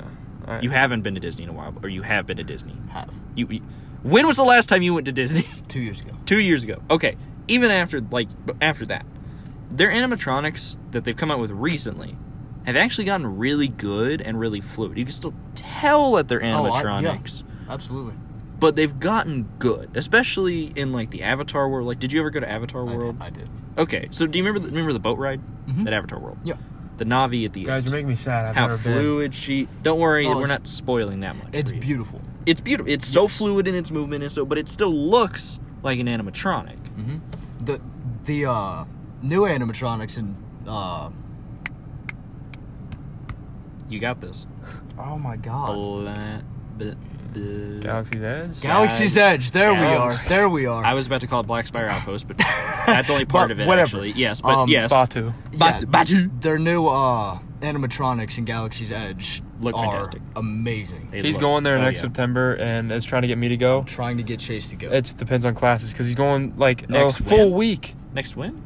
A: I,
D: You haven't been to Disney in a while, or you have been to Disney.
B: Have.
D: You. you when was the last time you went to Disney?
B: Two years ago.
D: Two years ago. Okay. Even after like b- after that, their animatronics that they've come out with recently have actually gotten really good and really fluid. You can still tell that they're
B: Oh, I- yeah.
D: animatronics.
B: Absolutely.
D: But they've gotten good, especially in like the Avatar world. Like, did you ever go to Avatar
B: I
D: world?
B: did. I did.
D: Okay, so do you remember the, remember the boat ride at Avatar World?
B: Yeah.
D: The Navi at the
A: guys,
D: end.
A: you're making me sad. I've
D: How
A: never
D: fluid she. Don't worry,
B: Oh,
D: we're
B: it's-
D: not spoiling that much.
B: It's
D: for you.
B: beautiful.
D: It's beautiful. It's so fluid in its movement, and so, but it still looks like an animatronic.
B: The the uh, new animatronics and uh,
D: You got this.
B: oh my god,
D: Blah, blah, blah.
A: been. Galaxy's Edge.
B: Galaxy's Edge. There we
D: Yeah.
B: are. There we are.
D: I was about to call it Black Spire Outpost, but that's only part
B: But
D: of it.
B: whatever.
D: Actually, yes, but
B: Um,
D: yes,
A: Batu.
D: Bat-
B: Yeah.
D: Batu.
B: Their new uh, animatronics and Galaxy's Edge
D: Look
B: are
D: fantastic.
B: amazing.
D: They
A: He's
D: look-
A: going there
D: oh,
A: next
D: yeah.
A: September and is trying to get me to go.
B: trying to get Chase to go.
A: It depends on classes because he's going like
D: Next
A: a full
D: when?
A: week.
D: Next when?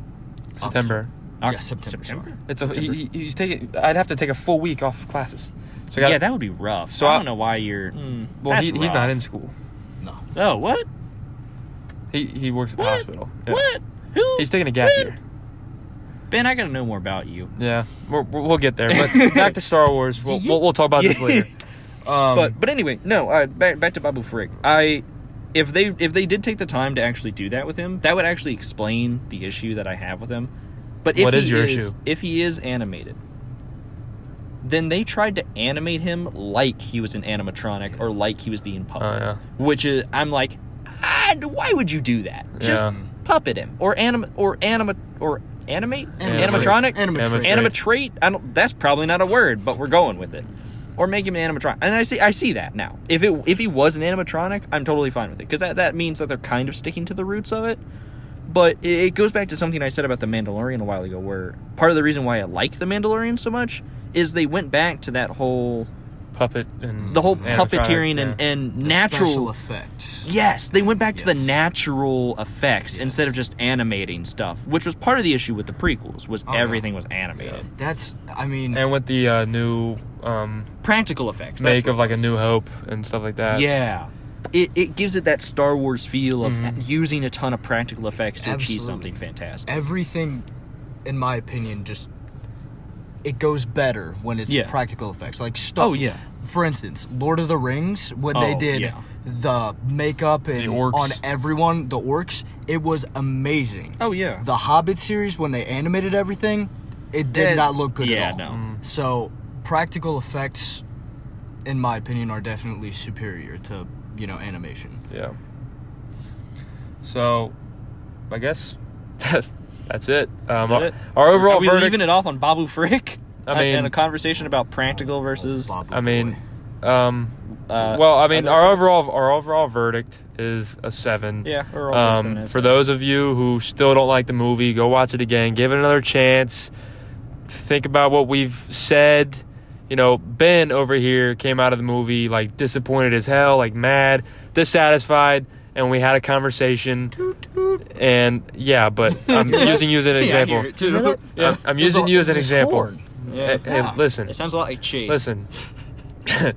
A: September.
D: Oct-
B: yeah, September. sorry.
A: It's a he, he- he's taking. I'd have to take a full week off of classes. So I gotta,
D: yeah, that would be rough.
A: So
D: So I
A: I-
D: don't know why you're.
B: Hmm.
D: Mm,
A: well,
D: that's
A: he, he's
D: rough.
A: not in school.
B: No.
D: Oh, what?
A: He he works at the
D: What?
A: hospital. Yeah.
D: What? Who?
A: He's taking a gap
D: When?
A: year.
D: Ben, I gotta know more about you.
A: Yeah, we're, we're, we'll get there. But back to Star Wars. We'll we'll, we'll talk about this
D: Yeah.
A: later. Um,
D: But but anyway, no. Uh, back back to Babu Frick. I if they if they did take the time to actually do that with him, that would actually explain the issue that I have with him. But if
A: What is
D: he
A: your issue?
D: If he is animated, then they tried to animate him like he was an animatronic or like he was being puppeted,
A: Oh,
D: which is I'm like, ah, why would you do that? Just
A: Yeah.
D: puppet him or anim or anima or animate
A: Animatronic.
B: Animatronic.
D: animatronic
A: Animatronic.
D: animatrate. I don't. That's probably not a word, but we're going with it. Or make him an animatronic. And I see. I see that now. If it if he was an animatronic, I'm totally fine with it because that that means that they're kind of sticking to the roots of it. But it, it goes back to something I said about the Mandalorian a while ago, where part of the reason why I like the Mandalorian so much is they went back to that whole
A: puppet and
D: the whole
A: Mm, animatronic,
D: puppeteering and,
A: yeah.
D: and
B: The special
D: natural
B: effects.
D: Yes, they went back to the
B: Yes.
D: natural effects instead of just animating stuff, which was part of the issue with the prequels was
B: Oh, yeah.
D: everything was animated.
B: That's. I mean.
A: and with the uh, new um,
D: Practical effects. that's
A: make
D: what
A: of like a
D: it was.
A: New Hope and stuff like that.
D: Yeah. It, it gives it that Star Wars feel of
A: Mm-hmm.
D: using a ton of practical effects to achieve
B: Absolutely.
D: something fantastic.
B: everything, in my opinion, just it goes better when it's
D: Yeah.
B: practical effects. Like stuff.
D: Oh, yeah.
B: For instance, Lord of the Rings when they
D: Oh,
B: did
D: yeah.
B: the makeup and
A: orcs.
B: on everyone, the orcs, it was amazing.
D: Oh yeah.
B: The Hobbit series when they animated everything, it did
D: Eh,
B: not look good
D: yeah,
B: at all.
D: no.
A: Mm.
B: So practical effects, in my opinion, are definitely superior to you know animation.
A: Yeah. So, I guess that's it. Um, our,
D: it?
A: our overall
D: Are we
A: verdict.
D: leaving it off on Babu Frick? Uh,
A: I
D: And-
A: mean-
D: and a conversation about practical versus
B: Bob
A: I mean,
B: Boy.
A: um,
D: Uh,
A: well, I mean,
D: other
A: our
D: thoughts?
A: overall our overall verdict is a seven.
D: Yeah, we're all worse than
A: Um,
D: it.
A: for those of you who still don't like the movie, go watch it again. Give it another chance. Think about what we've said. you know, Ben over here came out of the movie like disappointed as hell, like mad, dissatisfied, and we had a conversation. And yeah, but I'm using you as an
C: Yeah, I
A: example.
C: hear it too.
A: I'm- I'm using you as an example.
C: Yeah.
A: Hey, hey, listen.
C: It sounds a lot like Chase.
A: Listen,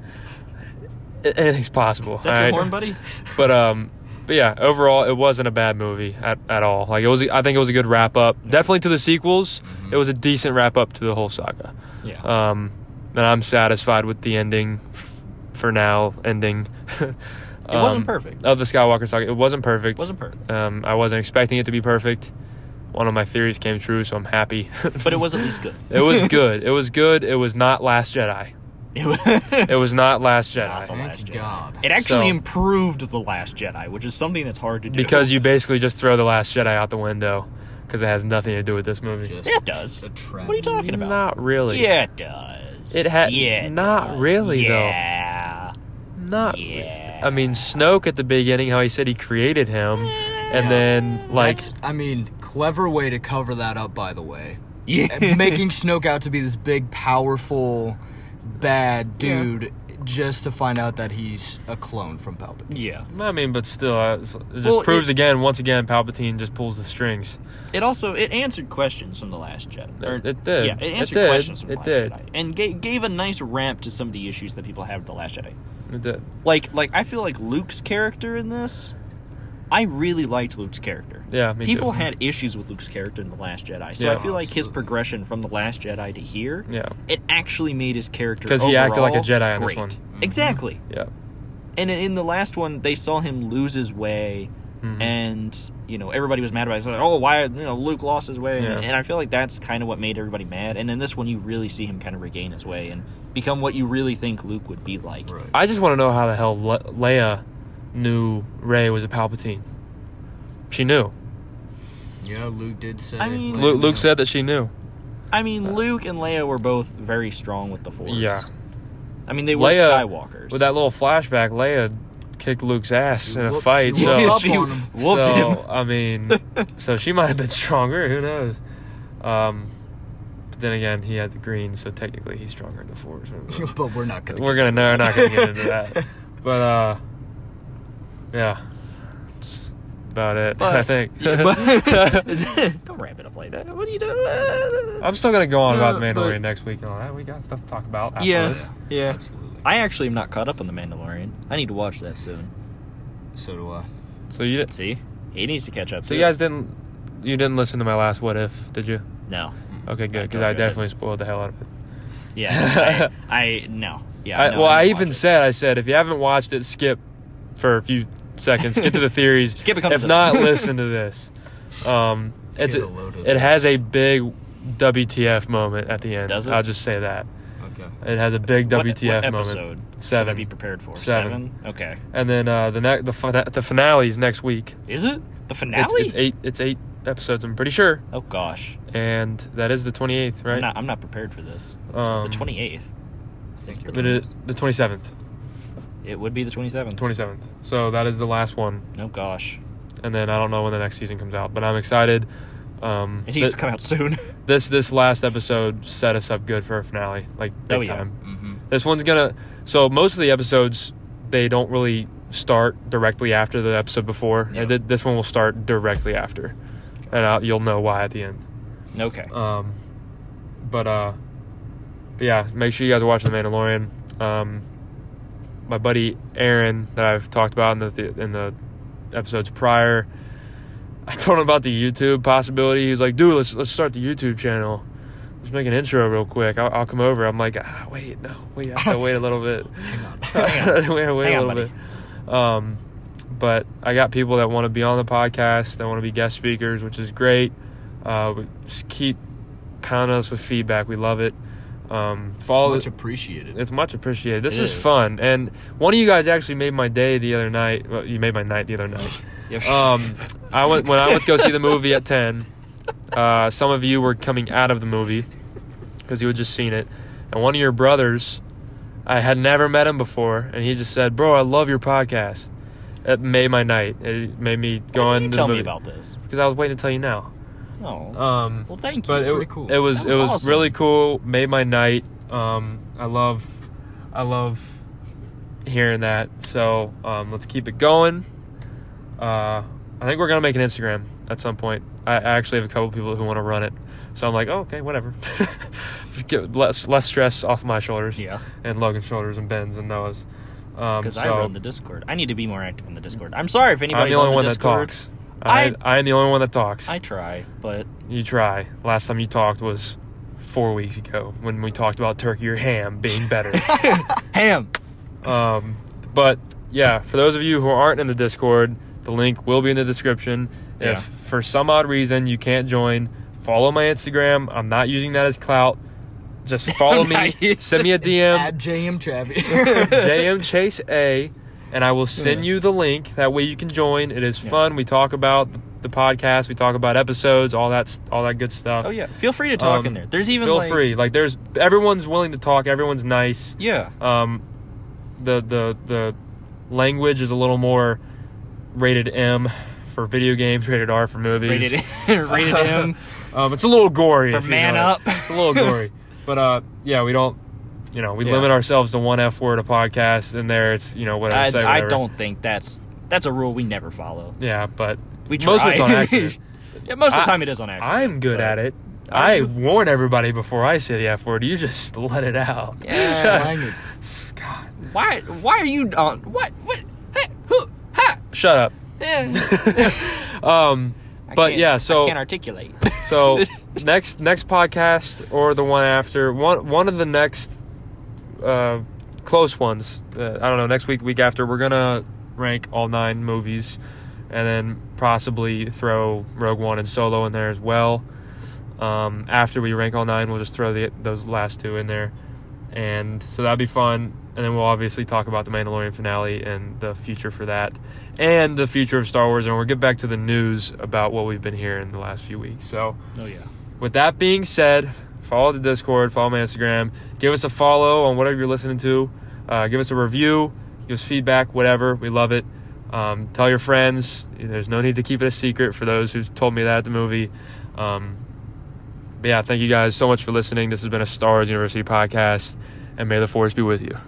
A: anything's possible.
C: Is that your
A: alright?
C: horn, buddy?
A: But um, but yeah, overall, it wasn't a bad movie at, at all. Like it was, I think it was a good wrap up. Definitely to the sequels, it was a decent wrap up to the whole saga.
C: Yeah.
A: Um, and I'm satisfied with the ending f- for now. Ending. it
D: wasn't perfect.
A: Of the Skywalker saga, it wasn't perfect.
C: Wasn't perfect.
A: Um, I wasn't expecting it to be perfect. One of my theories came true, so I'm happy.
D: but it was at least good.
A: it was good. It was good. It was not Last Jedi. It was not Last Jedi.
D: The Last
B: Thank
D: Jedi.
B: God.
D: It actually
A: So-
D: improved The Last Jedi, which is something that's hard to do.
A: Because you basically just throw the Last Jedi out the window because it has nothing to do with this movie.
B: Just
D: Yeah, it does.
B: a trap.
D: What are you talking about?
A: Not really.
D: Yeah, it does.
A: It had
D: Yeah. it
A: not
D: does.
A: really
D: yeah.
A: though. Not.
D: Yeah.
A: I mean, Snoke at the beginning, how he said he created him, and then like
B: That's, I mean, clever way to cover that up, by the way.
D: Yeah.
B: And Making Snoke out to be this big, powerful, bad dude just to find out that he's a clone from Palpatine.
D: yeah.
A: I mean, but still, uh, it's- it just
D: Well, it-
A: proves again, once again, Palpatine just pulls the strings.
D: It also it answered questions from The Last Jedi. Or-
A: It did.
D: Yeah, it
A: It
D: answered
A: did.
D: questions from The
A: It
D: Last
A: did.
D: Jedi, and ga- gave a nice ramp to some of the issues that people have with The Last Jedi.
A: It did.
D: like like I feel like Luke's character in this. I really liked Luke's character.
A: Yeah, me
D: people
A: too.
D: had issues with Luke's character in the Last Jedi, so
A: Yeah.
D: I feel like his progression from the Last Jedi to here,
A: Yeah.
D: it actually made his character
A: 'Cause he acted like a
D: overall
A: Jedi in this
D: great.
A: one.
D: Exactly,
A: Yeah.
D: and in- in the last one, they saw him lose his way,
A: Mm-hmm.
D: and you know everybody was mad about it. It's Like, oh, why you know Luke lost his way,
A: Yeah.
D: and I feel like that's kind of what made everybody mad. And in this one, you really see him kind of regain his way and become what you really think Luke would be like.
A: I just want to know how the hell Le- Leia knew Ray was a Palpatine. She knew.
B: Yeah, Luke did say.
D: I mean-
A: Lu Luke said that she knew.
D: I mean, Luke and Leia were both very strong with the Force.
A: Yeah.
D: I mean, they were
A: Leia-
D: Skywalkers.
A: With that little flashback, Leia kicked Luke's ass in a
B: whooped-
A: fight.
B: she
A: So,
B: whooped up on him.
D: whooped
A: so
D: him.
A: I mean, so she might have been stronger. Who knows? Um, but then again, he had the green, so technically he's stronger in the force.
B: but we're not gonna.
A: We're gonna no, we're not gonna get into that. But uh, yeah, That's about it. I think.
D: Don't wrap it up like that. What are you doing?
A: I'm still gonna go on about the
D: Uh, but-
A: Mandalorian next week and all that. We got stuff to talk about. After
D: Yeah,
A: this.
D: yeah.
B: Absolutely.
D: I actually am not caught up on the Mandalorian. I need to watch that soon.
B: So do I.
A: So you did,
D: See, he needs to catch up.
A: so
D: too.
A: you guys didn't you didn't listen to my last what if did you?
D: no,
B: Mm.
A: Okay, good because
D: Okay,
A: I
D: good.
A: definitely spoiled the hell out of it.
D: yeah, I, I no, yeah.
A: I,
D: no,
A: well, I,
D: need to
A: even
D: watch it.
A: said, I said, if you haven't watched it, skip for a few seconds. Get to the theories.
D: Skip and come to
A: If
D: this
A: not,
D: one.
A: listen to this. Um, it's
B: Get a load of
A: it has
B: this.
A: a big WTF moment at the end.
D: Does it?
A: I'll just say that
B: Okay.
A: it has a big
D: What-
A: WTF
D: what
A: moment.
D: episode Should I
A: Seven.
D: be prepared for
A: Seven.
D: Okay,
A: And then uh, the ne- the fina- the finale is next week.
D: is it the finale?
A: It's, it's eight. It's eight episodes. I'm pretty sure.
D: Oh gosh,
A: And that is the 28th, right?
D: I'm not, I'm not prepared for this.
A: Um,
D: the 28th.
B: I think
A: But it, the 27th.
D: It would be the 27th.
A: 27th. So that is the last one.
D: Oh gosh.
A: And then I don't know when the next season comes out, but I'm excited. Um,
D: It needs
A: thi-
D: to come out soon.
A: this this last episode set us up good for a finale, like big
D: Oh, yeah.
A: time.
B: Mm-hmm.
A: This one's gonna. So most of the episodes they don't really start directly after the episode before.
B: Yeah.
A: And th- this one will start directly after, and i you'll know why at the end.
D: okay.
A: Um, but uh, but yeah, make sure you guys are watching The Mandalorian. Um, my buddy Aaron that I've talked about in the, in the episodes prior, I told him about the YouTube possibility. He was like, "Dude, let's let's start the YouTube channel. Let's make an intro real quick. I'll, I'll come over." I'm like, ah, "Wait, no, we have to wait a little bit. we have to wait
D: Hang
A: a
D: on,
A: little bit." Um, but I got people that want to be on the podcast, that want to be guest speakers, which is great. Uh, we just keep pounding us with feedback. We love it. Um, follow
B: Much appreciated.
A: it's much appreciated. This
D: It
A: is,
D: is.
A: fun, and one of you guys actually made my day the other night. Well, you made my night the other night. Um, I went when I went to go see the movie at ten. Uh, some of you were coming out of the movie because you had just seen it, and one of your brothers, I had never met him before, and he just said, "Bro, I love your podcast." It made my night. It made me go
D: Why
A: into
D: didn't you
A: the
D: tell me
A: movie.
D: about this.
A: because I was waiting to tell you now.
D: Oh.
A: Um,
D: well, thank you.
A: but it,
B: pretty cool.
A: it was
D: That was
A: it was
D: awesome.
A: really cool. Made my night. Um, I love, I love hearing that. So um, let's keep it going. Uh, I think we're gonna make an Instagram at some point. I, I actually have a couple people who want to run it, so I'm like, oh, okay, whatever. Just Get less less stress off my shoulders
D: Yeah.
A: and Logan's shoulders and Ben's and Noah's. Um,
D: Because
A: so
D: I run the Discord. I need to be more active on the Discord. I'm sorry if
A: I'm
D: anybody's
A: the only
D: on the
A: one
D: Discord.
A: that talks. I, I am the only one that talks.
D: I try, but
A: You try. Last time you talked was four weeks ago when we talked about turkey or ham being better.
D: ham.
A: um, but yeah, for those of you who aren't in the Discord, the link will be in the description.
D: Yeah.
A: If for some odd reason you can't join, follow my Instagram. I'm not using that as clout. Just follow
D: I'm
A: me.
D: not using-
A: Send me a DM,
B: At JM Chappy.
A: JM Chase A, and I will send you the link. That way you can join. It is fun. We talk about the podcast. We talk about episodes, all that, s- all that good stuff.
D: Oh yeah, feel free to talk
A: Um,
D: in there. There's even
A: feel
D: like,
A: free. Like there's everyone's willing to talk. Everyone's nice.
D: Yeah,
A: Um, the the the language is a little more rated M for video games, rated R for movies.
D: rated rated M.
A: Um, it's a little gory.
D: For
A: if you
D: man
A: know it.
D: up.
A: It's a little gory. But uh, yeah, we don't. You know, we
D: Yeah.
A: limit ourselves to one F word a podcast, and there it's you know whatever.
D: I,
A: say
D: I
A: whatever.
D: don't think that's that's a rule we never follow.
A: Yeah, but
D: We try.
A: most of it's on accident.
D: yeah, most of
A: I-
D: the time it is on accident.
A: I'm good at
D: but-
A: it.
D: I
A: I,
D: do-
A: warn everybody before I say the F word. You just let it out.
D: Yeah.
A: God.
D: why? Why are you on? What? What? Hey, who? Ha!
A: Shut up.
D: Eh.
A: Um,
D: I
A: but
D: can't-
A: yeah,
D: I
A: so
D: can't articulate.
A: so next next podcast or the one after one one of the next uh, close ones. Uh, I don't know. Next week, week after, we're gonna rank all nine movies, and then possibly throw Rogue One and Solo in there as well. Um, after we rank all nine, we'll just throw the those last two in there, and so that'd be fun. And then we'll obviously talk about the Mandalorian finale and the future for that, and the future of Star Wars. And we'll get back to the news about what we've been hearing the last few weeks. So,
D: Oh yeah.
A: with that being said, follow the Discord, follow my Instagram, give us a follow on whatever you're listening to, uh, give us a review, give us feedback, whatever. We love it. Um, tell your friends. There's no need to keep it a secret for those who told me that at the movie. Um, but yeah, thank you guys so much for listening. This has been a Stars University podcast, and may the force be with you.